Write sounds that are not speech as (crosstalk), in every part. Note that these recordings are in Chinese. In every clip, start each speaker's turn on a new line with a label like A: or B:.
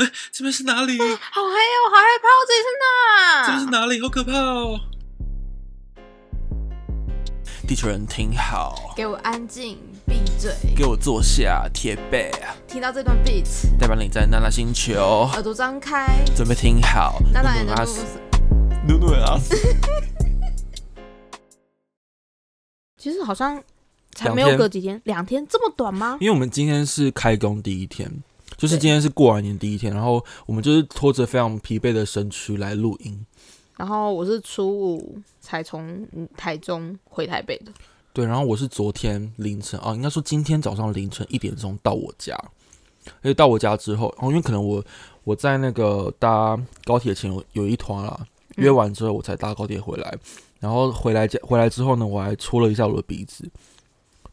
A: 哎，这边是哪里？这
B: 好黑哦，好害怕，我这里是哪？
A: 边是哪里？好可怕哦！地球人听好，
B: 给我安静，闭嘴！
A: 给我坐下，铁背，
B: 听到这段 beat，
A: 代表你在娜娜星球，
B: 耳朵张开，
A: 准备听好。
B: 大大眼的
A: 阿
B: 故
A: 斯，
B: 事。
A: 努努阿斯，
B: 其实好像才
A: 两
B: 没有
A: 天
B: 隔几天，两天这么短吗？
A: 因为我们今天是开工第一天，就是今天是过完年第一天，然后我们就是拖着非常疲惫的身躯来录音。
B: 然后我是初五才从嗯台中回台北的，
A: 对，然后我是昨天凌晨哦，应该说今天早上凌晨一点钟到我家，而且到我家之后，然、后因为可能我我在那个搭高铁前有有一团啦，约完之后我才搭高铁回来，然后回来家回来之后呢，我还戳了一下我的鼻子，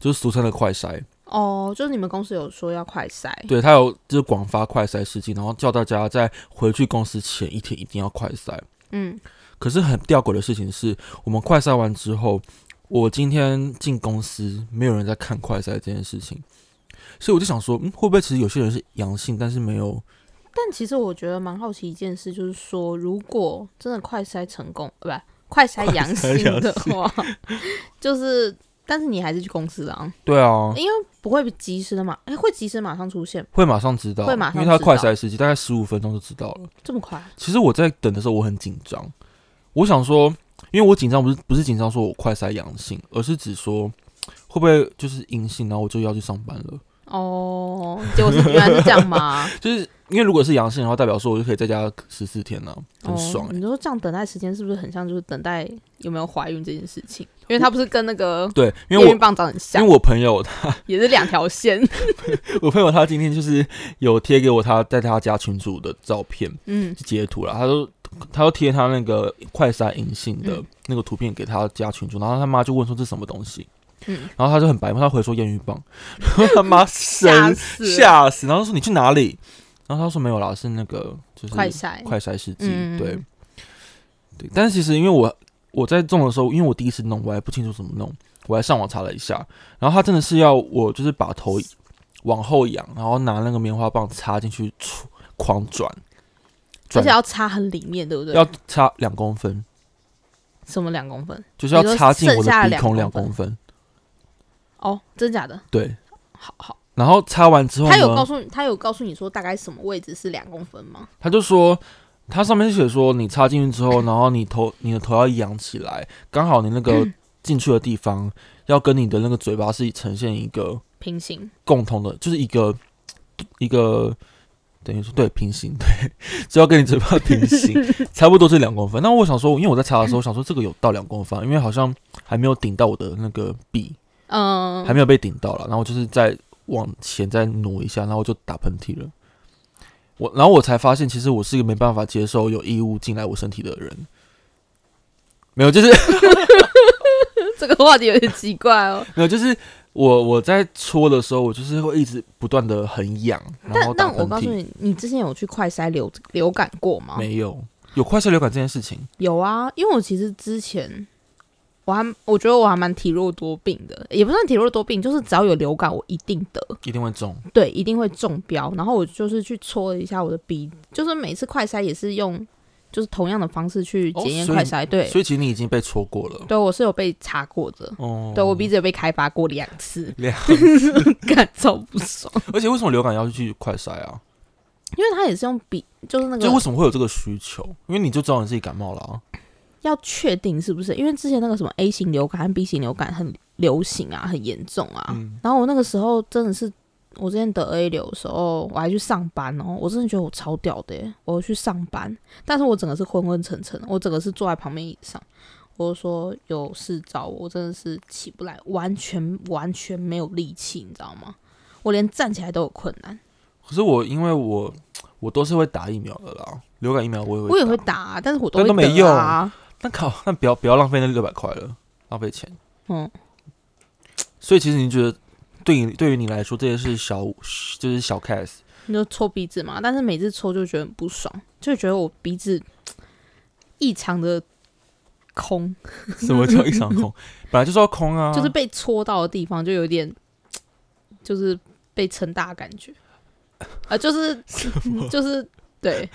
A: 就是俗称的快筛，
B: 哦，就是你们公司有说要快筛，
A: 对，它有就是广发快筛试剂，然后叫大家在回去公司前一天一定要快筛。
B: 嗯，
A: 可是很吊诡的事情是，我们快筛完之后，我今天进公司没有人在看快筛这件事情，所以我就想说，嗯，会不会其实有些人是阳性，但是没有？
B: 但其实我觉得蛮好奇一件事，就是说如果真的快筛成功，呃，不，快筛阳性的
A: (laughs)
B: 话， (laughs) 就是。但是你还是去公司了啊，
A: 对啊，
B: 因为不会及时的马，哎、会及时马上出现，
A: 会马上知道，
B: 会马
A: 因
B: 上
A: 为他
B: 知
A: 快
B: 道
A: 筛时机大概十五分钟就知道了。
B: 这么快？
A: 其实我在等的时候我很紧张，我想说，因为我紧张不是不是紧张说我快筛阳性，而是指说会不会就是阴性，然后我就要去上班了。
B: 哦，结果是原来是这样 (laughs) 吗？
A: 就是因为如果是阳性的话，代表说我就可以在家十四天呢、很爽
B: 哦。
A: 欸
B: 你说这样等待时间是不是很像就是等待有没有怀孕这件事情？因为它不是跟那个
A: 对，因为
B: 验
A: 我
B: 孕棒长很像
A: 因为，我朋友 (laughs) 他，
B: 也是两
A: (laughs)
B: 条线。
A: 我朋友他今天就是有贴给我他在他家群主的照片
B: 嗯，
A: 截图了，他说他都贴他那个快筛阴性的
B: 嗯
A: 那个图片给他家群主，然后他妈就问说这是什么东西，
B: 嗯
A: 然后他就很白目，他回说验孕棒， (laughs) 然后他妈
B: 吓
A: 神
B: 死了！
A: 吓死，然后说你去哪里？然后他说没有啦，是那个就是
B: 快筛，
A: 快筛试剂，
B: 哎嗯
A: 对对。但是其实因为我我在种的时候，因为我第一次弄，我还不清楚怎么弄，我还上网查了一下，然后他真的是要我就是把头往后仰，然后拿那个棉花棒插进去，戳狂转，
B: 而
A: 转
B: 且要插很里面，对不对？
A: 要插两公分，
B: 什么两公分？
A: 就是要
B: 你说
A: 插进我
B: 剩下
A: 的
B: 的
A: 鼻孔两
B: 两公
A: 公分，
B: 哦，真假的？
A: 对。
B: 好好，
A: 然后插完之后呢，
B: 他有告诉你，他有告诉你说大概什么位置是两公分吗？
A: 他就说，他上面写说，你插进去之后，然后你头你的头要仰起来，刚好你那个进去的地方、要跟你的那个嘴巴是呈现一个
B: 平行，
A: 共同的，就是一个一个等于说对平行， (laughs) 对，只要跟你嘴巴平行，差不多是两公分。那我想说，因为我在查的时候想说这个有到两公分，因为好像还没有顶到我的那个壁，
B: 嗯，
A: 还没有被顶到了，然后我就是再往前再挪一下，然后我就打喷嚏了。我，然后我才发现，其实我是一个没办法接受有异物进来我身体的人。没有，就是 (laughs)
B: 这个话题有点奇怪哦。
A: 没有，就是我我在戳的时候，我就是会一直不断的很痒，然
B: 但
A: 后打
B: 但
A: 喷
B: 我告诉
A: 嚏。
B: 你，啊你之前有去快筛流流感过吗？
A: 没有，有快速流感这件事情，
B: 有啊，因为我其实之前我还我觉得我还蛮体弱多病的，也不算体弱多病，就是只要有流感我一定得，
A: 一定会中。
B: 对，一定会中标。然后我就是去戳了一下我的鼻，就是每次快筛也是用就是同样的方式去
A: 哦
B: 检验
A: 所以
B: 快筛，对
A: 所以其实你已经被戳过了。
B: 对，我是有被查过的，
A: 哦，
B: 对我鼻子有被开发过两次， (laughs)
A: 两。
B: 感受不爽，
A: (laughs)
B: (laughs)
A: 而且为什么流感要去快筛啊？
B: 因为它也是用鼻，就是那
A: 就为
B: 个
A: 什么会有这个需求？因为你就知道你自己感冒了啊。
B: 要确定是不是，因为之前那个什么 A 型流感和 B 型流感很流行啊，很严重啊，
A: 嗯，
B: 然后我那个时候真的是，我之前得 A 流的时候，我还去上班哦，我真的觉得我超屌的耶，我去上班，但是我整个是昏昏沉沉的，我整个是坐在旁边椅上，我就说有事找我，我真的是起不来，完全完全没有力气，你知道吗？我连站起来都有困难，
A: 可是我因为我我都是会打疫苗的啦，流感疫苗我也会，
B: 我也会。打、啊，但是我都
A: 但
B: 会
A: 都没
B: 得啊，
A: 那靠，那不要不要浪费那六百块了，浪费钱。
B: 嗯，
A: 所以其实你觉得对你对于你来说，这些是小就是小 case，
B: 你就搓鼻子嘛，但是每次搓就觉得很不爽，就觉得我鼻子异常的空。
A: 什么叫一场
B: (laughs)
A: 空？本来就是要空啊，
B: 就是被戳到的地方就有点，就是被撑大的感觉。啊，就是 (laughs) 就是对，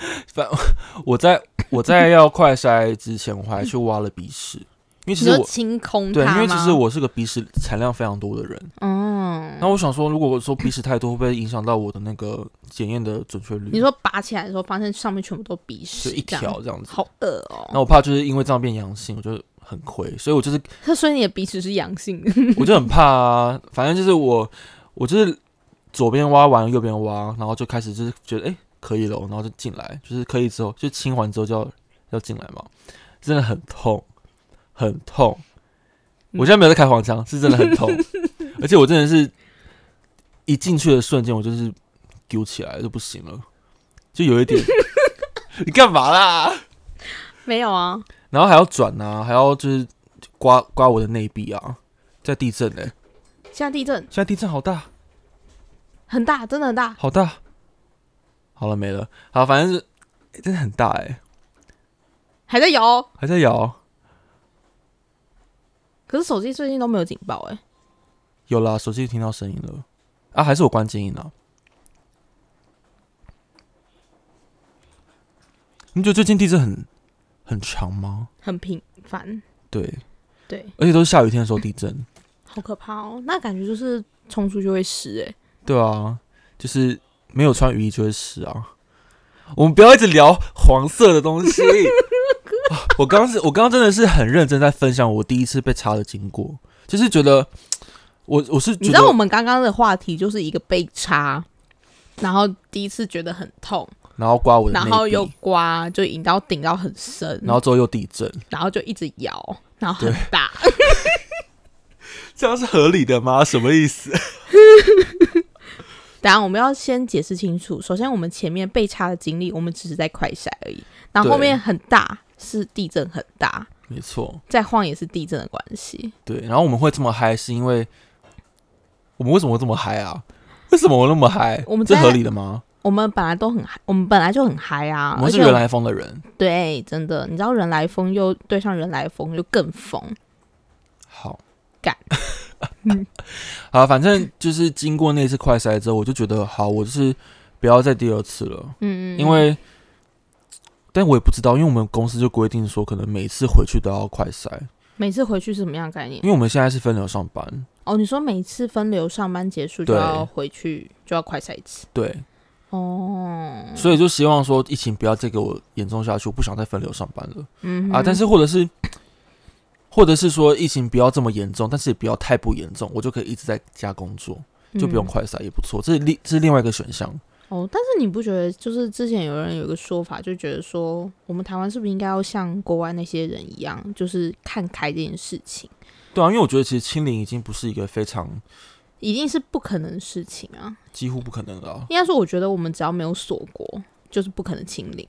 A: 我在我在要快筛之前，我还去挖了鼻屎，因为其实
B: 你就
A: 我
B: 清空
A: 对，
B: 它
A: 因为其实
B: 吗，
A: 我是个鼻屎产量非常多的人。
B: 嗯，
A: 那我想说，如果我说鼻屎太多，会不会影响到我的那个检验的准确率？
B: 你说拔起来的时候，发现上面全部都鼻
A: 就
B: 屎，
A: 一
B: 这样，
A: 条这样子，
B: 好恶哦、
A: 那我怕就是因为这样变阳性，我就很亏，所以我就是
B: 那所以你的鼻屎是阳性的， (laughs)
A: 我就很怕啊。反正就是我我就是左边挖完右边挖，然后就开始就是觉得哎、诶可以了，然后就进来，就是可以之后就清完之后就要要进来嘛，真的很痛，很痛。我现在没有在开黄腔，是真的很痛，而且我真的是一进去的瞬间，我就是丢起来就不行了，就有一点，你干嘛啦？
B: 没有啊，
A: 然后还要转啊，还要就是刮刮我的内壁啊，在地震哎、
B: 现在地震
A: 现在地震好大
B: 很大，真的很大，
A: 好大，好了没了，好，反正是、诶真的很大哎、
B: 还在摇哦，
A: 还在摇，
B: 可是手机最近都没有警报哎、
A: 有啦，手机听到声音了啊，还是我关静音啊。你觉得最近地震很很长吗？
B: 很频繁，
A: 对，
B: 对，
A: 而且都是下雨天的时候地震。
B: 好可怕哦、那感觉就是冲出去会湿哎、
A: 对啊，就是没有穿雨衣就会湿啊。我们不要一直聊黄色的东
B: (laughs)
A: 西。啊我刚是，我刚刚真的是很认真在分享我第一次被插的经过，就是觉得我我是觉
B: 你知道我
A: 得，
B: 们刚刚的话题就是一个被插，然后第一次觉得很痛，
A: 然后刮我的内
B: 然
A: 壁，
B: 后又嗯刮，就引到顶到很深，
A: 然后之后又地震，
B: 然后就一直摇，然后很大， (laughs)
A: 这样是合理的吗？什么意思？
B: 当然，我们要先解释清楚。首先，我们前面被插的经历，我们只是在快闪而已。然后
A: 对
B: 后面很大是地震很大，
A: 没错，
B: 再晃也是地震的关系。
A: 对。然后我们会这么嗨，是因为我们为什么会这么嗨啊？为什么我那么嗨？
B: 我们
A: 这
B: 在
A: 合理的吗？
B: 我们本来都很嗨，我们本来就很嗨啊
A: 我，们
B: 而
A: 是
B: 且
A: 原来疯的人。
B: 对，真的，你知道人来疯又对上人来疯就更疯。
A: 好，
B: 干。
A: (laughs) 好，反正就是经过那次快筛之后，我就觉得好，我就是不要再第二次了，
B: 嗯，
A: 因为，但我也不知道，因为我们公司就规定说，可能每次回去都要快筛，
B: 每次回去是什么样的概念
A: 因？为我们现在是分流上班，
B: 哦，你说每次分流上班结束就
A: 对
B: 要回去，就要快筛一次。
A: 对，
B: 哦，
A: 所以就希望说疫情不要再给我严重下去，我不想再分流上班了、
B: 嗯
A: 啊。
B: 哼
A: 但是或者是，或者是说疫情不要这么严重，但是也不要太不严重，我就可以一直在家工作，就不用
B: 嗯
A: 快筛也不错，这是另这是另外一个选项。
B: 哦，但是你不觉得，就是之前有人有一个说法，就觉得说，我们台湾是不是应该要像国外那些人一样，就是看开这件事情，
A: 对啊，因为我觉得其实清零已经不是一个非常
B: 一定是不可能的事情啊。
A: 几乎不可能了啊、
B: 应该说，我觉得我们只要没有锁国，就是不可能清零。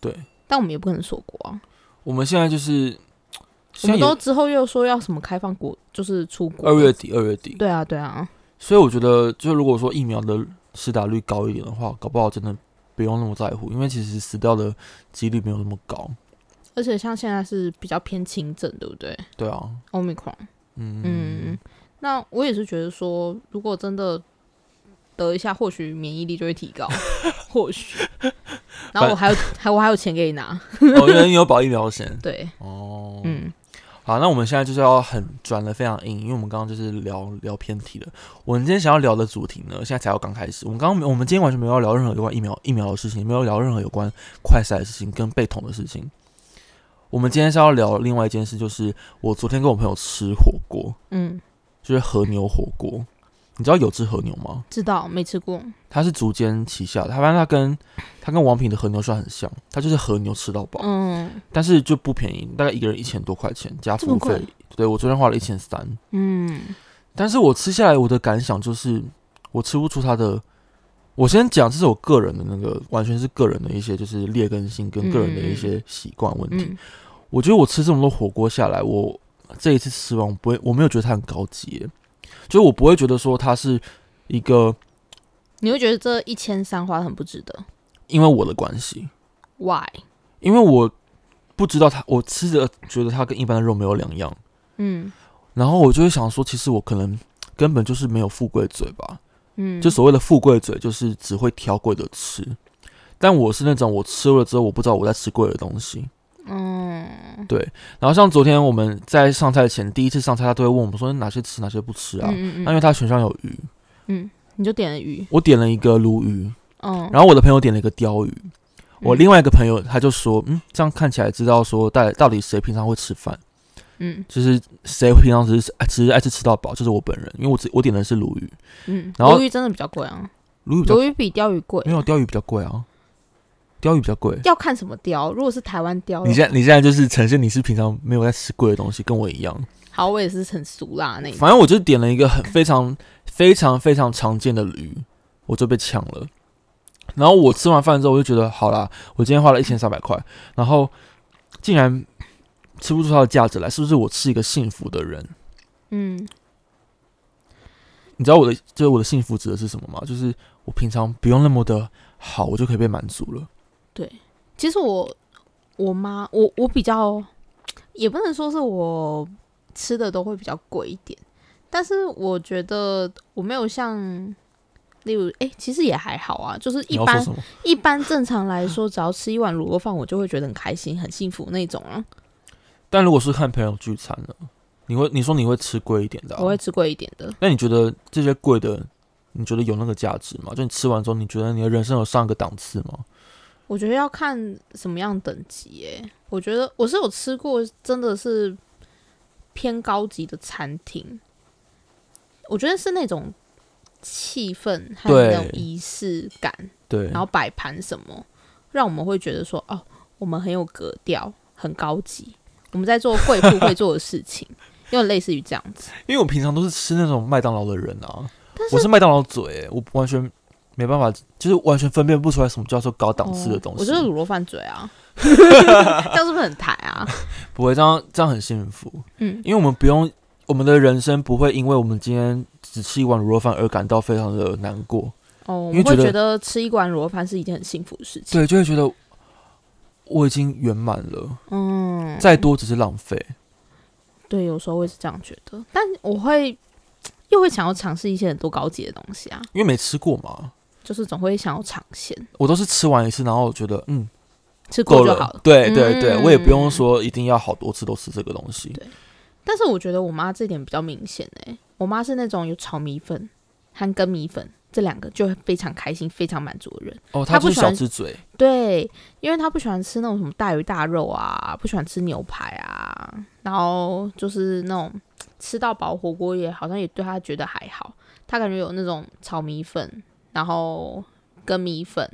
A: 对，
B: 但我们也不可能锁国啊。
A: 我们现在就是，
B: 我
A: 现在
B: 们都
A: 也
B: 之后又说要什么开放国，就是出国。
A: 二月。底，二月底，
B: 对啊，对啊，
A: 所以我觉得，就如果说疫苗的施打率高一点的话，搞不好真的不用那么在乎，因为其实死掉的几率没有那么高。
B: 而且像现在是比较偏轻症，对不对？
A: 对啊，
B: 欧米狂。
A: 嗯
B: 嗯，那我也是觉得说，如果真的得一下，或许免疫力就会提
A: (laughs)
B: 高，或许。然后我还有，还我还有钱给你拿，
A: 哦，原来你有保疫苗险
B: 对，
A: 哦。
B: 嗯，
A: 好，那我们现在就是要很转的非常硬，因为我们刚刚就是聊聊偏题了。我们今天想要聊的主题呢，现在才要刚开始。我们刚刚没我们今天完全没有要聊任何有关疫苗疫苗的事情，也没有聊任何有关快筛的事情跟被捅的事情。我们今天是要聊另外一件事，就是我昨天跟我朋友吃火锅，
B: 嗯，
A: 就是和牛火锅。你知道有只和牛吗？
B: 知道没吃过，
A: 它是竹间旗下的，它反正它跟它跟王品的和牛涮很像，它就是和牛吃到饱。
B: 嗯
A: 但是就不便宜，大概一个人一千多块钱加
B: 这
A: 服务
B: 么贵
A: 费。对我昨天花了一千三，
B: 嗯，
A: 但是我吃下来我的感想就是，我吃不出它的。我先讲，这是我个人的那个，完全是个人的一些就是劣根性跟个人的一些习惯问题。
B: 嗯，
A: 我觉得我吃这么多火锅下来，我这一次吃完，我不会，我没有觉得它很高级耶，就是我不会觉得说它是一个
B: 你会觉得这一千三花得很不值得
A: 因为我的关系，
B: ？Why？
A: 因为我不知道它，我吃的觉得它跟一般的肉没有两样。
B: 嗯
A: 然后我就会想说，其实我可能根本就是没有富贵嘴吧，
B: 嗯，
A: 就所谓的富贵嘴，就是只会挑贵的吃。但我是那种我吃了之后，我不知道我在吃贵的东西。
B: 嗯
A: 然后像昨天我们在上菜前第一次上菜，他都会问我们说哎哪些吃哪些不吃啊？
B: 嗯嗯
A: 那因为
B: 嗯，
A: 他选项有鱼，
B: 嗯，你就点了鱼，
A: 我点了一个鲈鱼，
B: 嗯，
A: 然后我的朋友点了一个鲷鱼，我
B: 嗯
A: 另外一个朋友他就说，嗯，这样看起来知道说到底到底谁平常会吃饭，
B: 嗯
A: 就是谁平常只是爱只是爱吃吃到饱，就是我本人，因为我只我点的是鲈鱼，
B: 嗯，
A: 然后
B: 鲈鱼真的比较贵啊，
A: 鲈鱼比较
B: 鲈鱼比鲷鱼贵，
A: 没有鲷鱼比较贵啊，鲷鱼比较贵。
B: 要看什么鲷，如果是台湾鲷的话，
A: 你现在你现在就是呈现你是平常没有在吃贵的东西，跟我一样。
B: 好，我也是很俗辣那一种，
A: 反正我就点了一个很非常非常非常常见的驴，我就被抢了。然后我吃完饭之后，我就觉得好啦，我今天花了一千三百块，然后竟然吃不出它的价值来，是不是我是一个幸福的人？
B: 嗯
A: 你知道我的就是我的幸福指的是什么吗？就是我平常不用那么的好，我就可以被满足了。
B: 其实我我妈我我比较也不能说是我吃的都会比较贵一点，但是我觉得我没有像。例如，哎、其实也还好啊，就是
A: 你
B: 一
A: 要说
B: 般
A: 什么？
B: 一般正常来说，只要吃一碗卤肉饭，我就会觉得很开心、很幸福那种啊。
A: 但如果是看朋友聚餐呢？你会你说你会吃贵一点的、啊，
B: 我会吃贵一点的，
A: 那你觉得这些贵的，你觉得有那个价值吗？就你吃完之后，你觉得你的人生有上一个档次吗？
B: 我觉得要看什么样等级耶、我觉得我是有吃过，真的是偏高级的餐厅，我觉得是那种气氛还有
A: 对
B: 那种仪式感，
A: 对，
B: 然后摆盘什么，让我们会觉得说，哦，我们很有格调，很高级，我们在做贵妇会做的事
A: (laughs)
B: 情，有点类似于这样子。
A: 因为我平常都是吃那种麦当劳的人啊，我是麦当劳嘴、我完全没办法，就是完全分辨不出来什么叫做高档次的东
B: 哦我
A: 西。
B: 就是卤肉饭嘴
A: (laughs)
B: 啊，这样是不是很抬啊？
A: 不会这样，这样很幸福，
B: 嗯，
A: 因为我们不用，我们的人生不会因为我们今天只吃一碗卤肉饭而感到非常的难过，
B: 哦，我
A: 因为
B: 们会
A: 觉得
B: 觉得吃一碗卤肉饭是一件很幸福的事情。
A: 对，就会觉得我已经圆满了，
B: 嗯，
A: 再多只是浪费。
B: 对，有时候会是这样觉得，但我会又会想要尝试一些很多高级的东西啊，
A: 因为没吃过嘛，
B: 就是总会想要尝鲜，
A: 我都是吃完一次，然后我觉得嗯，
B: 吃
A: 够
B: 过就好了。
A: 对对对，
B: 嗯
A: 我也不用说一定要好多次都吃这个东西。
B: 对但是我觉得我妈这点比较明显哎、我妈是那种有炒米粉和跟米粉这两个就会非常开心、非常满足的人。
A: 哦，
B: 他
A: 就
B: 不
A: 是
B: 喜
A: 小
B: 欢
A: 吃嘴，
B: 对，因为她不喜欢吃那种什么大鱼大肉啊，不喜欢吃牛排啊，然后就是那种吃到饱火锅也好像也对她觉得还好，她感觉有那种炒米粉，然后跟米粉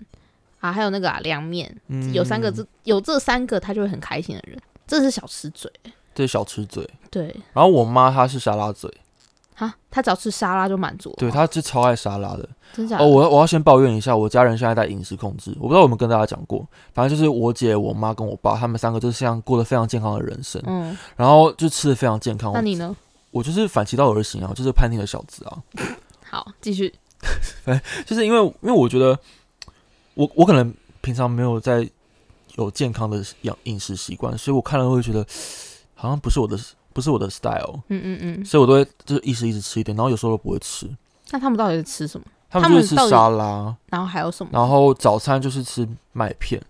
B: 啊，还有那个啊凉面，
A: 嗯
B: 有三个这有这三个她就会很开心的人，这是小吃嘴。
A: 对小吃嘴。
B: 对，
A: 然后我妈她是沙拉嘴，
B: 哈，她只要吃沙拉就满足了，
A: 对，她是超爱沙拉的。
B: 真假的
A: 哦，我我要先抱怨一下，我家人现在在饮食控制，我不知道有没有跟大家讲过，反正就是我姐、我妈跟我爸，他们三个就是像过得非常健康的人生，
B: 嗯，
A: 然后就吃的非常健康。
B: 那你呢？
A: 我就是反其道而行啊，我就是叛逆的小子啊。
B: 好，继续。
A: 就是因为因为我觉得我我可能平常没有在有健康的养饮食习惯，所以我看了会觉得好像不是我的不是我的 style，
B: 嗯嗯嗯。
A: 所以我都会就是一时一直吃一点，然后有时候都不会吃。
B: 那他们到底是吃什么？
A: 他
B: 他
A: 们
B: 们
A: 就是吃
B: 到底
A: 沙拉，
B: 然后还有什么？
A: 然后早餐就是吃麦片，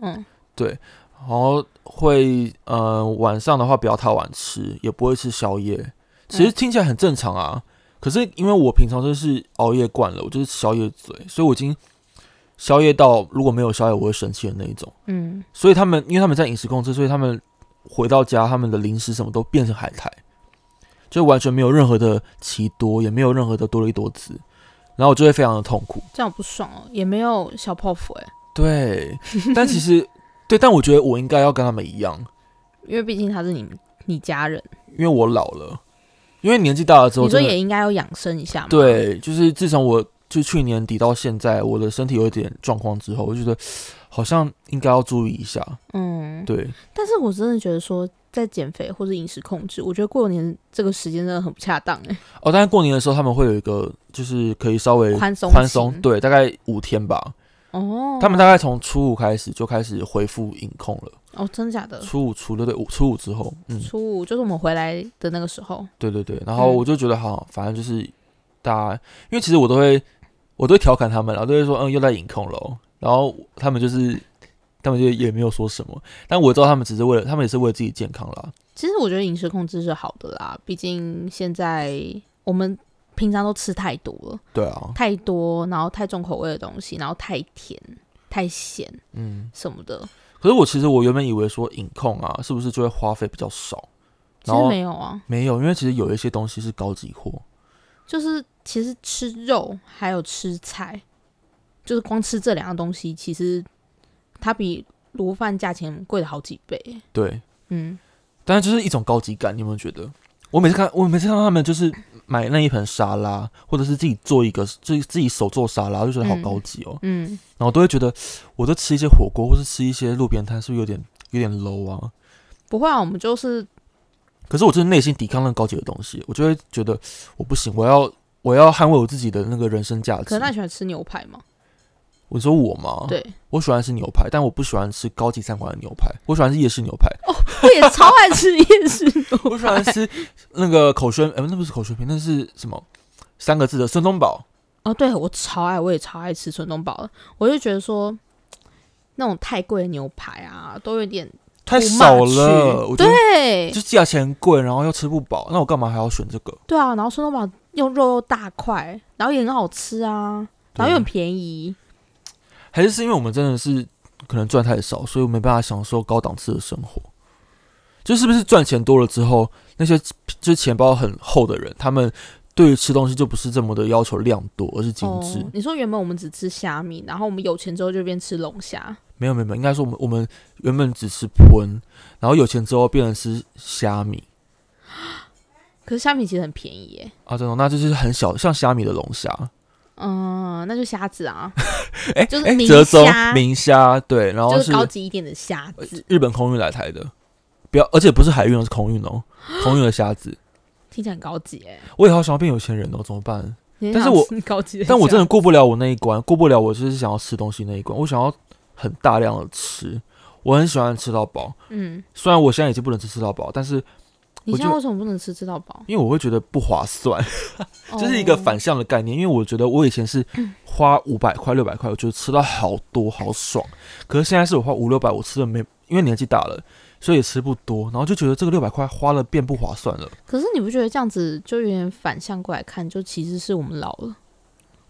B: 嗯
A: 然后会呃晚上的话不要太晚吃，也不会吃宵夜。其实听起来很正常啊，可是因为我平常就是熬夜惯了，我就是吃宵夜嘴，所以我已经宵夜到如果没有宵夜我会生气的那一种。
B: 嗯，
A: 所以他们因为他们在饮食控制，所以他们回到家他们的零食什么都变成海苔，就完全没有任何的奇多，也没有任何的多利多滋，然后我就会非常的痛苦。
B: 这样不爽哦，也没有小泡芙哎，
A: 对，但其实对，但我觉得我应该要跟他们一样，
B: 因为毕竟他是你你家人，
A: 因为我老了，因为年纪大了之后
B: 你说
A: 真的，
B: 也应该要养生一下嘛。，
A: 对，就是自从我就去年底到现在，我的身体有一点状况之后，我就觉得好像应该要注意一下。
B: 嗯。
A: 对，
B: 但是我真的觉得说，在减肥或者饮食控制，我觉得过年这个时间真的很不恰当哎，
A: 哦，但是过年的时候他们会有一个，就是可以稍微
B: 宽松
A: 宽松，
B: 型
A: 对，大概五天吧。
B: 哦，
A: 他们大概从初五开始就开始恢复饮控了，
B: 哦，真的假的？
A: 初五、初六对，五初五之后，嗯，
B: 初五就是我们回来的那个时候，
A: 对对对。然后
B: 嗯
A: 我就觉得，好，反正就是大家，因为其实我都会我都会调侃他们啦，然后都会说嗯又在影控喽，然后他们就是他们就也没有说什么，但我知道他们只是为了他们也是为了自己健康啦，
B: 其实我觉得饮食控制是好的啦，毕竟现在我们平常都吃太多了，
A: 对啊，
B: 太多，然后太重口味的东西，然后太甜、太咸
A: 嗯。
B: 什么的，
A: 可是我其实我原本以为说影控啊，是不是就会花费比较少？
B: 其
A: 然
B: 实
A: 后
B: 没有啊，
A: 没有，因为其实有一些东西是高级货，
B: 就是其实吃肉还有吃菜，就是光吃这两样东西，其实它比卤饭价钱贵了好几倍。
A: 对，
B: 嗯，
A: 但是就是一种高级感，你有没有觉得？我每次看，我每次看到他们就是买那一盆沙拉，或者是自己做一个，自己自己手做沙拉，就觉得好
B: 嗯
A: 高级哦。
B: 嗯，
A: 然后都会觉得，我都吃一些火锅，或是吃一些路边摊，是不是有点有点 low 啊？
B: 不会啊，我们就是
A: 可是我就是内心抵抗那个高级的东西，我就会觉得我不行，我要我要捍卫我自己的那个人生价
B: 可
A: 值
B: 能。那你喜欢吃牛排嘛？
A: 我说我吗？
B: 对，
A: 我喜欢吃牛排，但我不喜欢吃高级餐馆的牛排，我喜欢吃夜市牛排，
B: 我也超爱吃夜市牛
A: 我 (laughs) 喜欢
B: 排。
A: 吃那个口宣，呃，那不是口宣品，那是什么？三个字的孙东宝，
B: 哦，对我超爱，我也超爱吃春东宝的。我就觉得说，那种太贵的牛排啊，都有点
A: 太
B: too
A: 少
B: much
A: 了，我觉得
B: 对
A: 就价钱贵，然后又吃不饱，那我干嘛还要选这个？
B: 对啊，然后春东宝又肉又大块，然后也很好吃啊，然后又很
A: 对
B: 便宜。
A: 还是是因为我们真的是可能赚太少，所以我没办法享受高档次的生活。就是不是赚钱多了之后，那些就是钱包很厚的人，他们对于吃东西就不是这么的要求量多，而是精致。
B: 哦，你说原本我们只吃虾米，然后我们有钱之后就变吃龙虾，
A: 没有没有没有，应该说我们我们原本只吃荤，然后有钱之后变成吃虾米
B: 可是虾米其实很便宜耶。
A: 啊，这种那就是很小，像虾米的龙虾，
B: 嗯，那就虾子啊，
A: 哎、
B: 就是
A: 哎
B: 明
A: 折中
B: 虾
A: 明虾，对，然后呃
B: 就是是高级一点的虾子，
A: 日本空运来台的，不要，而且不是海运哦，是空运哦，空运的虾子，
B: 听起来很高级耶。
A: 我以后想要变有钱人哦，怎么办？
B: 你
A: 但是
B: 想
A: 我
B: 吃高级的虾，
A: 但我真的过不了我那一关，过不了我就是想要吃东西那一关，我想要很大量的吃，我很喜欢吃到饱，
B: 嗯，
A: 虽然我现在已经不能吃吃到饱，但是
B: 你
A: 我
B: 现在
A: 就
B: 为什么不能吃吃到饱？
A: 因为我会觉得不划算。这是一个
B: 哦
A: 反向的概念，因为我觉得我以前是花五百块、六百块，我觉得吃到好多好爽，可是现在是我花五六百，我吃的没，因为年纪大了，所以也吃不多，然后就觉得这个六百块花了变不划算了。
B: 可是你不觉得这样子就有点反向过来看，就其实是我们老了，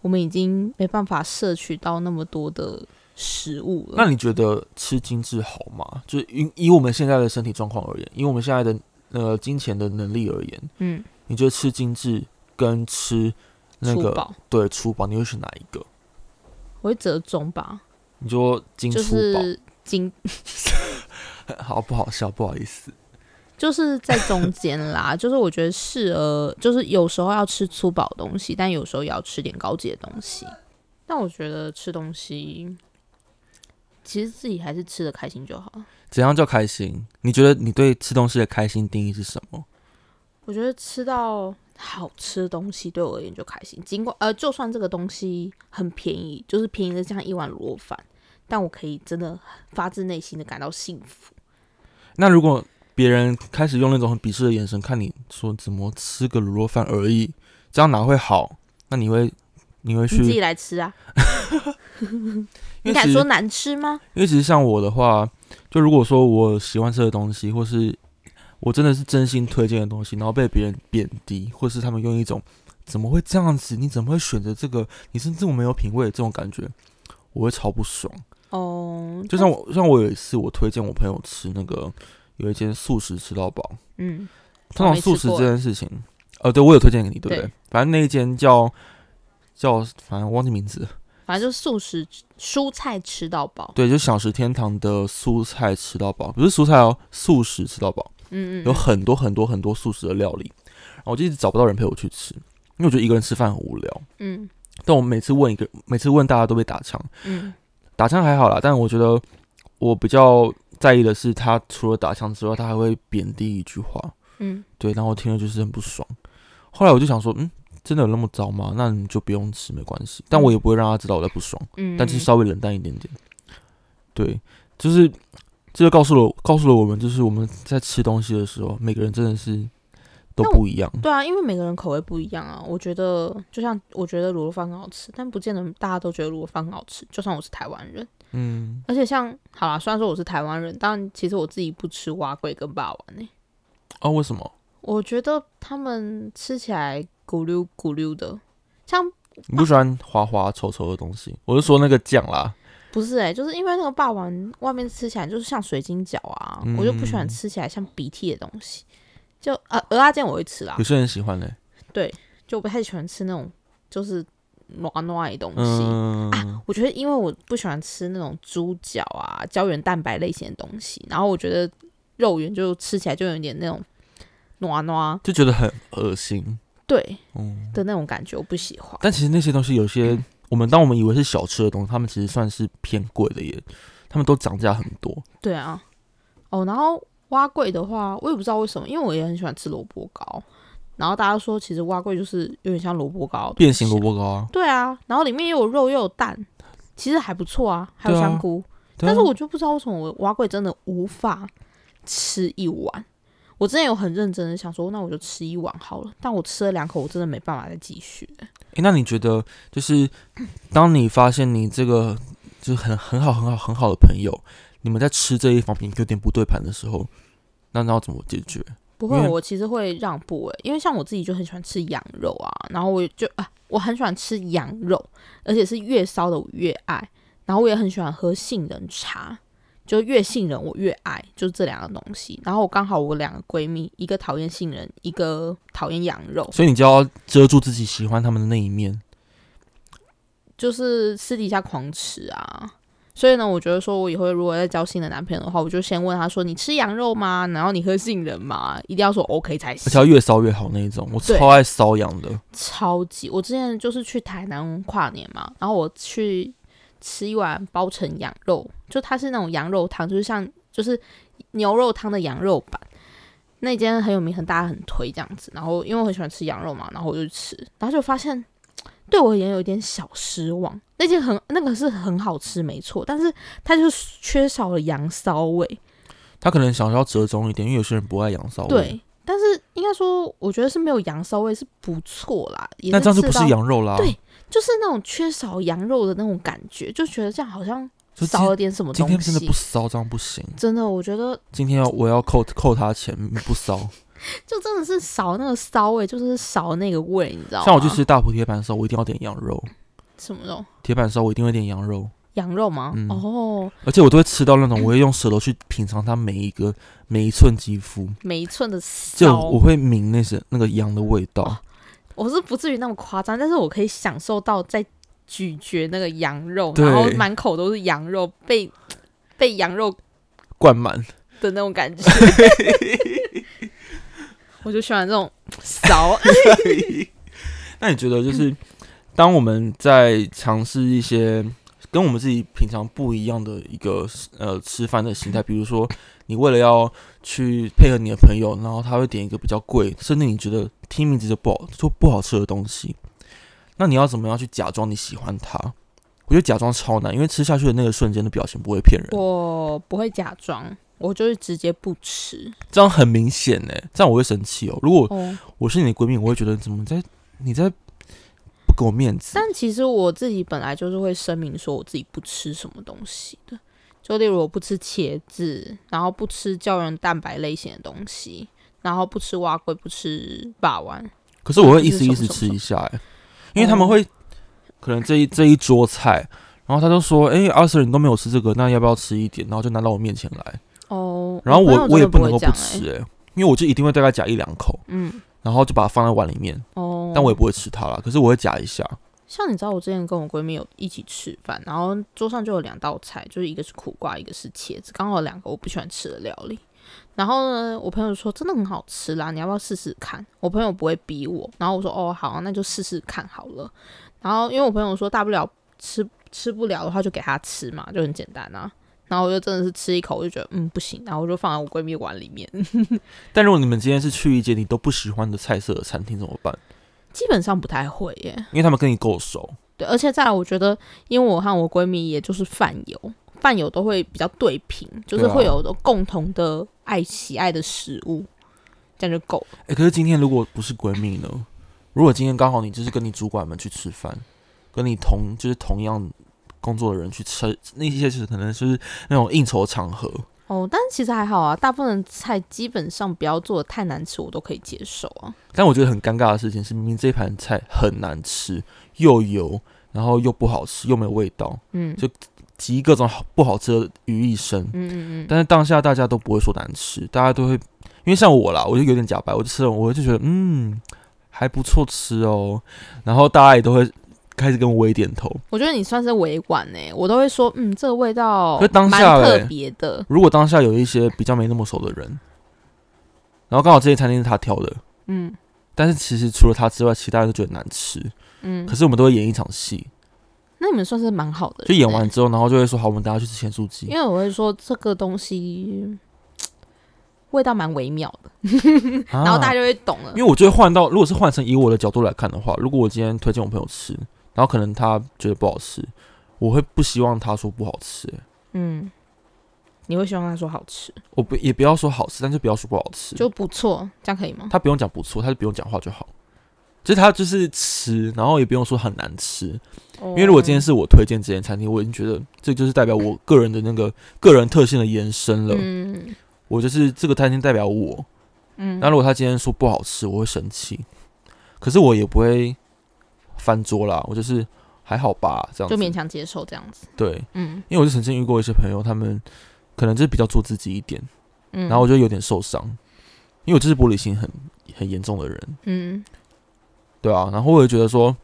B: 我们已经没办法摄取到那么多的食物了。
A: 那你觉得吃精致好吗？就是以以我们现在的身体状况而言，以我们现在的呃金钱的能力而言，
B: 嗯，
A: 你觉得吃精致跟吃那
B: 粗
A: 个
B: 饱
A: 对粗饱，你会选哪一个？
B: 我会折中吧，
A: 你说精
B: 就
A: 粗饱、
B: 是精，
A: (laughs) 好不好笑？不好意思，
B: 就是在中间啦。 (laughs) 就是我觉得适合，就是有时候要吃粗饱的东西，但有时候也要吃点高级的东西。但我觉得吃东西，其实自己还是吃的开心就好了。
A: 怎样叫开心？你觉得你对吃东西的开心定义是什么？
B: 我觉得吃到好吃的东西对我而言就开心，尽管呃，就算这个东西很便宜，就是便宜的像一碗卤肉饭，但我可以真的发自内心的感到幸福。
A: 那如果别人开始用那种很鄙视的眼神看你说怎么吃个卤肉饭而已，这样哪会好？那你会你会去
B: 你自己来吃啊，
A: 因
B: 你
A: 为其
B: 敢
A: 实
B: 说难吃吗？
A: 因为其实像我的话，就如果说我喜欢吃的东西，或是我真的是真心推荐的东西，然后被别人贬低，或是他们用一种怎么会这样子？你怎么会选择这个？你是这么没有品味这种感觉，我会超不爽。
B: 哦，
A: 就像我，像我有一次，我推荐我朋友吃那个有一间素食吃到饱，
B: 嗯，
A: 通
B: 我
A: 常
B: 没
A: 素
B: 吃
A: 食
B: 过欸
A: 这件事情，呃，对我有推荐给你，对不对？
B: 对
A: 反正那一间叫叫，反正我忘记名字了，
B: 反正就是素食蔬菜吃到饱，
A: 对，就享食天堂的蔬菜吃到饱，不是蔬菜哦，素食吃到饱，
B: 嗯嗯，
A: 有
B: 嗯
A: 很多很多很多素食的料理，然后我就一直找不到人陪我去吃，因为我觉得一个人吃饭很无聊。
B: 嗯
A: 但我每次问一个，每次问大家都被打枪，
B: 嗯，
A: 打枪还好啦，但我觉得我比较在意的是，他除了打枪之外，他还会贬低一句话，
B: 嗯，
A: 对，然后我听了就是很不爽。后来我就想说，嗯，真的有那么糟吗？那你就不用吃，没关系。但我也不会让他知道我在不爽，
B: 嗯，
A: 但是稍微冷淡一点点。对，就是这就告诉了告诉了我们，就是我们在吃东西的时候，每个人真的是都
B: 那我
A: 不一样。
B: 对啊，因为每个人口味不一样啊。我觉得，就像我觉得卤肉饭很好吃，但不见得大家都觉得卤肉饭很好吃。就算我是台湾人，
A: 嗯，
B: 而且像好啦，虽然说我是台湾人，但其实我自己不吃蛙桂跟霸王呢、
A: 哦，为什么？
B: 我觉得他们吃起来咕溜咕溜的，像
A: 你不喜欢滑滑稠稠的东西？我是说那个酱啦。
B: 不是哎、就是因为那个霸王外面吃起来就是像水晶饺啊，
A: 嗯
B: 我就不喜欢吃起来像鼻涕的东西。就呃，鹅阿健我会吃啦
A: 有，些人喜欢
B: 啊
A: 嘞、
B: 就我不太喜欢吃那种就是软啊软的东西。
A: 嗯，
B: 我觉得，因为我不喜欢吃那种猪脚啊、胶原蛋白类型的东西，然后我觉得肉圆就吃起来就有点那种糯糯
A: 就觉得很恶心。
B: 对
A: 嗯，
B: 的那种感觉，我不喜欢。
A: 但其实那些东西有些，
B: 嗯
A: 我们当我们以为是小吃的东西，他们其实算是偏贵的耶，他们都涨价很多。
B: 对啊，哦，然后蛙桂的话，我也不知道为什么，因为我也很喜欢吃萝卜糕，然后大家说其实蛙桂就是有点像萝卜糕的东西啊，
A: 变形萝卜糕啊，
B: 对啊，然后里面又有肉又有蛋，其实还不错啊，还有
A: 对啊
B: 香菇，
A: 对啊
B: 但是我就不知道为什么我蛙桂真的无法吃一碗。我之前有很认真的想说，那我就吃一碗好了，但我吃了两口，我真的没办法再继续。
A: 诶，那你觉得就是当你发现你这个就是很很好很好很好的朋友，你们在吃这一方面有点不对盘的时候，那那要怎么解决？
B: 不会
A: 因，为
B: 我其实会让步诶、因为像我自己就很喜欢吃羊肉啊，然后我就啊，我很喜欢吃羊肉，而且是越烧的我越爱，然后我也很喜欢喝杏仁茶，就越杏仁我越爱，就这两个东西。然后我刚好我两个闺蜜，一个讨厌杏仁，一个讨厌羊肉，
A: 所以你就要遮住自己喜欢他们的那一面。
B: 就是私底下狂吃啊。所以呢，我觉得说我以后如果再交新的男朋友的话，我就先问他说：“你吃羊肉吗？然后你喝杏仁吗？”一定要说 OK 才
A: 而且要
B: 行。
A: 越烧越好那一种，我
B: 对
A: 超爱瘙痒的。
B: 超级，我之前就是去台南跨年嘛，然后我去吃一碗包成羊肉，就它是那种羊肉汤，就是像就是牛肉汤的羊肉版。那间很有名，很大，很推这样子。然后因为我很喜欢吃羊肉嘛，然后我就去吃，然后就发现对我而言有一点小失望。那间很那个是很好吃，没错，但是它就是缺少了羊骚味。
A: 他可能想要折中一点，因为有些人不爱羊骚味。，
B: 对，但是应该说，我觉得是没有羊骚味是不错啦。也
A: 那这样就
B: 吃
A: 不是
B: 到
A: 羊肉啦。
B: 对就是那种缺少羊肉的那种感觉，就觉得这样好像
A: 就今
B: 少了点什么
A: 今
B: 东西。
A: 天真的不骚，这样不行。
B: 真的我觉得
A: 今天要我要扣扣他钱，不骚。
B: 哦就真的是少那个骚味，就是少那个味，你知道吗？
A: 像我去吃大埔铁板烧，我一定要点羊肉。
B: 什么肉？
A: 铁板烧我一定会点羊肉。
B: 羊肉吗？
A: 嗯
B: 哦，
A: 而且我都会吃到那种，我会用舌头去品尝它每一个每一寸肌肤，
B: 每一寸的
A: 就
B: 骚，
A: 我会抿那些那个羊的味道。
B: 我是不至于那么夸张，但是我可以享受到在咀嚼那个羊肉，
A: 对
B: 然后满口都是羊肉，被被羊肉
A: 灌满，
B: 的那种感
A: (laughs)
B: 觉。我就喜欢这种骚，
A: 那你觉得就是当我们在尝试一些跟我们自己平常不一样的一个呃吃饭的形态，比如说你为了要去配合你的朋友，然后他会点一个比较贵，甚至你觉得听名字就不好就不好吃的东西，那你要怎么样去假装你喜欢它？我觉得假装超难，因为吃下去的那个瞬间的表情不会骗人。
B: 我不会假装，我就是直接不吃。
A: 这样很明显呢、这样我会生气哦。如果
B: 哦，
A: 我是你的闺蜜，我会觉得怎么在你在不给我面子？
B: 但其实我自己本来就是会声明说我自己不吃什么东西的，就例如我不吃茄子，然后不吃胶原蛋白类型的东西，然后不吃蛙龟，不吃霸王。
A: 可是我会一时一时吃一下、欸，因为他们
B: 哦
A: 会可能这一这一桌菜，然后他就说：“哎、阿 Sir 你都没有吃这个，那要不要吃一点？”然后就拿到我面前来，
B: 哦，
A: 然后
B: 我
A: 我
B: 朋
A: 也
B: 友真的
A: 不能
B: 会
A: 够
B: 这
A: 不
B: 样
A: 吃、欸，
B: 欸。
A: 因为我就一定会大概夹一两口，
B: 嗯，
A: 然后就把它放在碗里面，
B: 哦，
A: 但我也不会吃它啦。可是我会夹一下，
B: 像你知道，我之前跟我闺蜜有一起吃饭，然后桌上就有两道菜，就是一个是苦瓜，一个是茄子，刚好有两个我不喜欢吃的料理。然后呢，我朋友说真的很好吃啦，你要不要试试看？我朋友不会逼我，然后我说哦好，那就试试看好了。然后因为我朋友说大不了吃吃不了的话就给他吃嘛，就很简单啊。然后我就真的是吃一口，我就觉得嗯不行，然后我就放在我闺蜜碗里面。 (laughs)
A: 但如果你们今天是去一间你都不喜欢的菜色的餐厅怎么办？
B: 基本上不太会耶，
A: 因为他们跟你够熟，
B: 对，而且再来，我觉得，因为我和我闺蜜也就是饭友，饭友都会比较对平，就是
A: 对啊
B: 会有共同的爱喜爱的食物，这样就够了。
A: 哎、可是今天如果不是闺蜜呢？如果今天刚好你就是跟你主管们去吃饭，跟你同就是同样工作的人去吃，那些是可能就是那种应酬场合，
B: 哦，但是其实还好啊，大部分的菜基本上不要做的太难吃，我都可以接受啊。
A: 但我觉得很尴尬的事情是，明明这盘菜很难吃，又油，然后又不好吃，又没有味道，
B: 嗯
A: 就集各种好不好吃的于一身。
B: 嗯嗯嗯，
A: 但是当下大家都不会说难吃，大家都会，因为像我啦，我就有点假白，我就吃了，我就觉得嗯还不错吃哦，然后大家也都会开始跟我微点头。
B: 我觉得你算是委婉呢、我都会说，嗯，这个味道
A: 可是当
B: 蛮
A: 下嘞
B: 特别的，
A: 如果当下有一些比较没那么熟的人，然后刚好这些餐厅是他挑的，
B: 嗯
A: 但是其实除了他之外，其他人都觉得难吃，
B: 嗯
A: 可。是我们都会演一场戏，
B: 那你们算是蛮好的人欸，
A: 就演完之后，然后就会说好，我们大家去吃咸酥鸡
B: 因。为我会说这个东西味道蛮微妙的，
A: 然
B: 然后大家就会懂了
A: 啊因。为我觉得换到，如果是换成以我的角度来看的话，如果我今天推荐我朋友吃，然后可能他觉得不好吃，我会不希望他说不好吃、欸
B: 嗯，你会希望他说好吃，
A: 我不也不要说好吃，但是不要说不好吃，
B: 就不错，这样可以吗？
A: 他不用讲不错，他就不用讲话就好。就是他就是吃，然后也不用说很难吃，
B: 哦
A: 因为如果今天是我推荐这间餐厅，我已经觉得这就是代表我个人的那个个人特性的延伸了。
B: 嗯
A: 我就是这个餐厅代表我，
B: 嗯，
A: 那如果他今天说不好吃，我会生气，可是我也不会翻桌啦，我就是还好吧这样子。
B: 就勉强接受这样子。
A: 对，
B: 嗯
A: 因为我就曾经遇过一些朋友，他们可能就是比较做自己一点，
B: 嗯，
A: 然后我就有点受伤，因为我就是玻璃心很很严重的人，
B: 嗯
A: 对啊，然后我也觉得说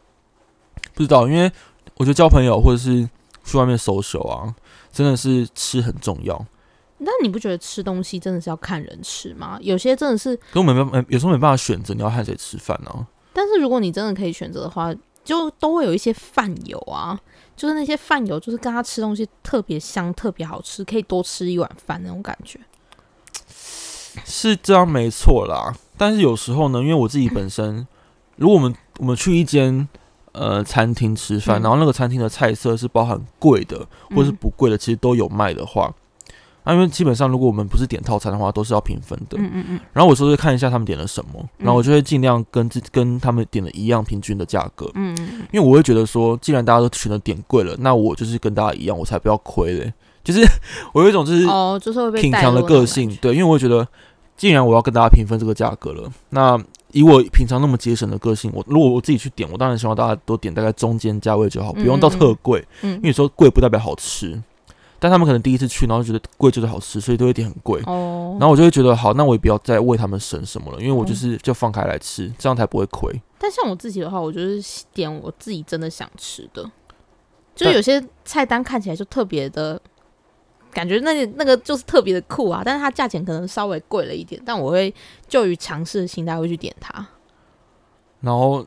A: 不知道，因为我觉得交朋友或者是去外面 social 啊，真的是吃很重要，
B: 那你不觉得吃东西真的是要看人吃吗？有些真的是，
A: 可我没办法，有时候没办法选择你要和谁吃饭啊。
B: 但是如果你真的可以选择的话，就都会有一些饭友啊，就是那些饭友，就是跟他吃东西特别香、特别好吃，可以多吃一碗饭那种感觉。
A: 是这样没错啦，但是有时候呢，因为我自己本身，
B: (laughs)
A: 如果我们我们去一间呃餐厅吃饭，
B: 嗯
A: 然后那个餐厅的菜色是包含贵的或是
B: 嗯
A: 不贵的，其实都有卖的话，那、因为基本上如果我们不是点套餐的话，都是要平分的。
B: 嗯嗯嗯
A: 然后我说是看一下他们点了什么，然后我就会尽量跟自跟他们点的一样平均的价格，
B: 嗯嗯嗯，
A: 因为我会觉得说，既然大家都选的点贵了，那我就是跟大家一样，我才不要亏嘞。就是 (laughs) 我有一种就是
B: 哦，就是会被
A: 挺
B: 带
A: 强的
B: 入那种
A: 个
B: 感
A: 性，
B: 觉，
A: 对，因为我会觉得，既然我要跟大家平分这个价格了，那以我平常那么节省的个性，我如果我自己去点，我当然希望大家都点大概中间价位就好，不用到
B: 嗯嗯嗯
A: 特贵，因为
B: 嗯，
A: 有时候贵不代表好吃，但他们可能第一次去，然后觉得贵就是好吃，所以都会点很贵。
B: 哦
A: 然，后我就会觉得好，那我也不要再为他们省什么了，因为我
B: 嗯
A: 就是就放开来吃，这样才不会亏。
B: 但像我自己的话，我就是点我自己真的想吃的，就
A: 但
B: 有些菜单看起来就特别的，感觉那个那个就是特别的酷啊，但是它价钱可能稍微贵了一点，但我会就于尝试的心态会去点它。
A: 然后，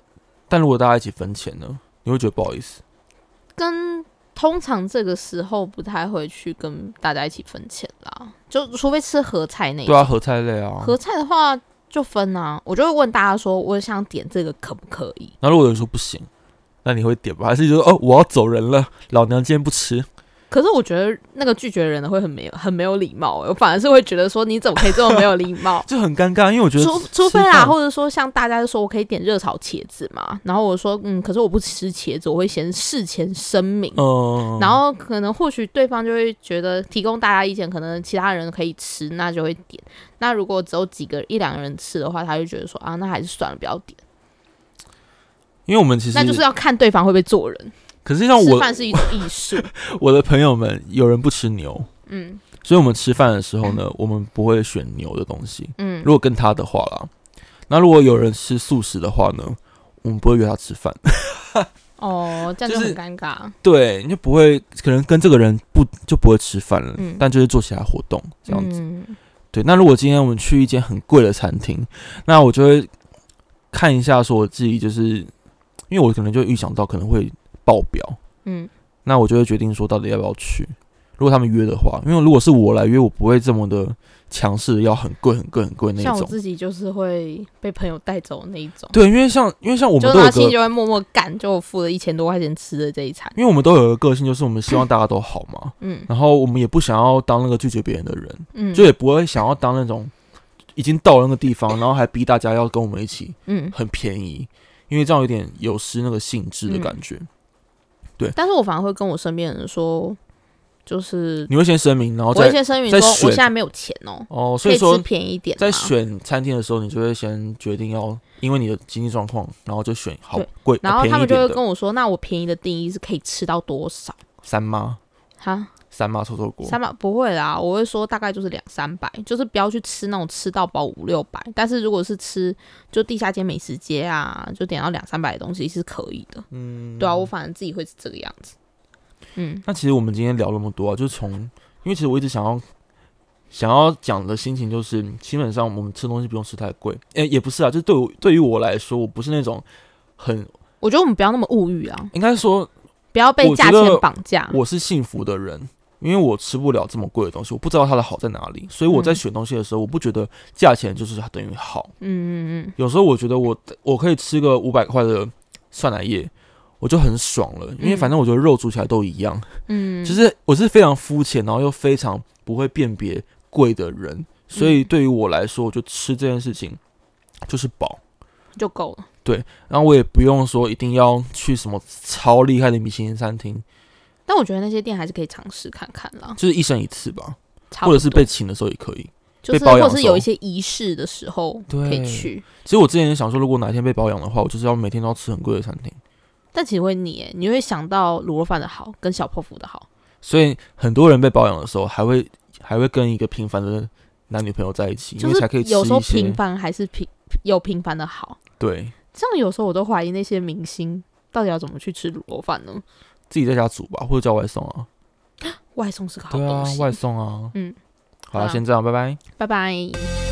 A: 但如果大家一起分钱呢，你会觉得不好意思。
B: 跟通常这个时候不太会去跟大家一起分钱啦，就除非吃合菜那一
A: 对啊，
B: 种。
A: 合菜类啊。
B: 哎合菜的话就分啊，我就会问大家说，我想点这个可不可以？
A: 那如果有人说不行，那你会点吧？还是就说哦，我要走人了，老娘今天不吃？？
B: 可是我觉得那个拒绝人的会很没有很没有礼貌、欸，我 (laughs) 反而是会觉得说你怎么可以这么没有礼貌
A: (laughs) 就很尴尬，因为我觉得
B: 除
A: 吃
B: 除非
A: 吃
B: 啊，
A: 饭
B: 或者说像大家就说我可以点热炒茄子嘛，然后我说嗯，可是我不吃茄子，我会先事前声明，
A: 嗯，
B: 然后可能或许对方就会觉得提供大家意见，可能其他人可以吃，那就会点。那如果只有几个一两个人吃的话，他就觉得说啊，那还是算了，不要点。
A: 因为我们其实
B: 那就是要看对方会不会做人。
A: 可是像
B: 吃
A: 我
B: 饭是一种艺术，
A: 我的朋友们有人不吃牛，
B: 嗯
A: 所以我们吃饭的时候呢，我们不会选牛的东西。
B: 嗯
A: 如，果跟他的话啦，那如果有人吃素食的话呢，我们不会约他吃饭。 (laughs)
B: 哦，这样就
A: 就
B: 很
A: 是
B: 尴尬。
A: 对，你就不会可能跟这个人不就不会吃饭了，
B: 嗯
A: 但就是做其他活动这样子。
B: 嗯
A: 对，那如果今天我们去一间很贵的餐厅，那我就会看一下，说我自己就是，因为我可能就预想到可能会爆表，
B: 嗯
A: 那我就会决定说到底要不要去。如果他们约的话，因为如果是我来约，我不会这么的强势地要很贵、很贵、很贵那
B: 像
A: 一
B: 我
A: 种。
B: 自己就是会被朋友带走那一种，
A: 对，因为像因为像我
B: 就
A: 们
B: 是
A: 都有
B: 他
A: 个，
B: 心里就会默默干，就我付了一千多块钱吃的这一餐。
A: 因为我们都有一个个性，就是我们希望大家都好嘛，
B: 嗯
A: 然后我们也不想要当那个拒绝别人的人，
B: 嗯，
A: 就也不会想要当那种已经到了那个地方，然后还逼大家要跟我们一起，
B: 嗯，
A: 很便宜，因为这样有点有失那个兴致的
B: 嗯
A: 感觉。
B: 但是我反而会跟我身边的人说，就是
A: 你会先声明，然后
B: 我会
A: 再
B: 先声明
A: 再
B: 说，我
A: 选
B: 现在没有钱哦，
A: 哦，所
B: 可
A: 以
B: 以吃
A: 说
B: 便宜一点啊
A: 在
B: 吗。
A: 选餐厅的时候，你就会先决定要因为你的经济状况，然后就选好
B: 对
A: 贵、呃
B: 然后
A: 便
B: 他
A: 宜一
B: 们就
A: 点
B: 会
A: 的
B: 跟我说，那我便宜的定义是可以吃到多少？
A: 三妈
B: 哈，
A: 三妈臭臭锅。
B: 三百不会啦，我会说大概就是两三百，就是不要去吃那种吃到饱五六百。但是如果是吃就地下街美食街啊，就点到两三百的东西是可以的。
A: 嗯，
B: 对啊，我反正自己会是这个样子。嗯，
A: 那其实我们今天聊那么多啊，就是从，因为其实我一直想要想要讲的心情就是，基本上我们吃东西不用吃太贵，诶、也不是啊，就对我对于我来说，我不是那种很，
B: 我觉得我们不要那么物欲啊，
A: 应该说
B: 不要被
A: 我觉
B: 价
A: 得
B: 钱绑架。
A: 我是幸福的人，因为我吃不了这么贵的东西，我不知道它的好在哪里，所以我在
B: 嗯
A: 选东西的时候，我不觉得价钱就是它等于好，
B: 嗯嗯嗯，
A: 有时候我觉得我我可以吃个五百块的酸奶液。我就很爽了，因为
B: 嗯
A: 反正我觉得肉煮起来都一样，
B: 嗯，
A: 其实我是非常肤浅，然后又非常不会辨别贵的人，所
B: 嗯
A: 以对于我来说，我就吃这件事情就是饱。
B: 就够了。
A: 然后我也不用说一定要去什么超厉害的米其林餐厅，
B: 但我觉得那些店还是可以尝试看看啦，
A: 就是一生一次吧，
B: 差
A: 或
B: 不
A: 者是
B: 多
A: 被请的时候也可以。
B: 就
A: 被
B: 是
A: 包养
B: 或
A: 的
B: 者是
A: 时候
B: 有一些仪式的时候
A: 对
B: 可以去，
A: 其实我之前也想说，如果哪一天被包养的话，我就是要每天都要吃很贵的餐厅。
B: 但其实会你耶，你会想到卤肉饭的好跟小泡芙的好。
A: 所以很多人被包养的时候，还会还会跟一个平凡的男女朋友在一起，因
B: 就
A: 为才可以
B: 是
A: 吃
B: 有时候
A: 一
B: 平
A: 些。
B: 凡还是平有平凡的好。
A: 对，
B: 这样有时候我都怀疑那些明星到底要怎么去吃卤肉饭呢？
A: 自己在家煮吧，或者叫外送啊。
B: 外送是个好
A: 对啊
B: 东，西。
A: 外送啊。
B: 嗯，
A: 好了，
B: 好啦
A: 先这样，拜拜。
B: 拜拜。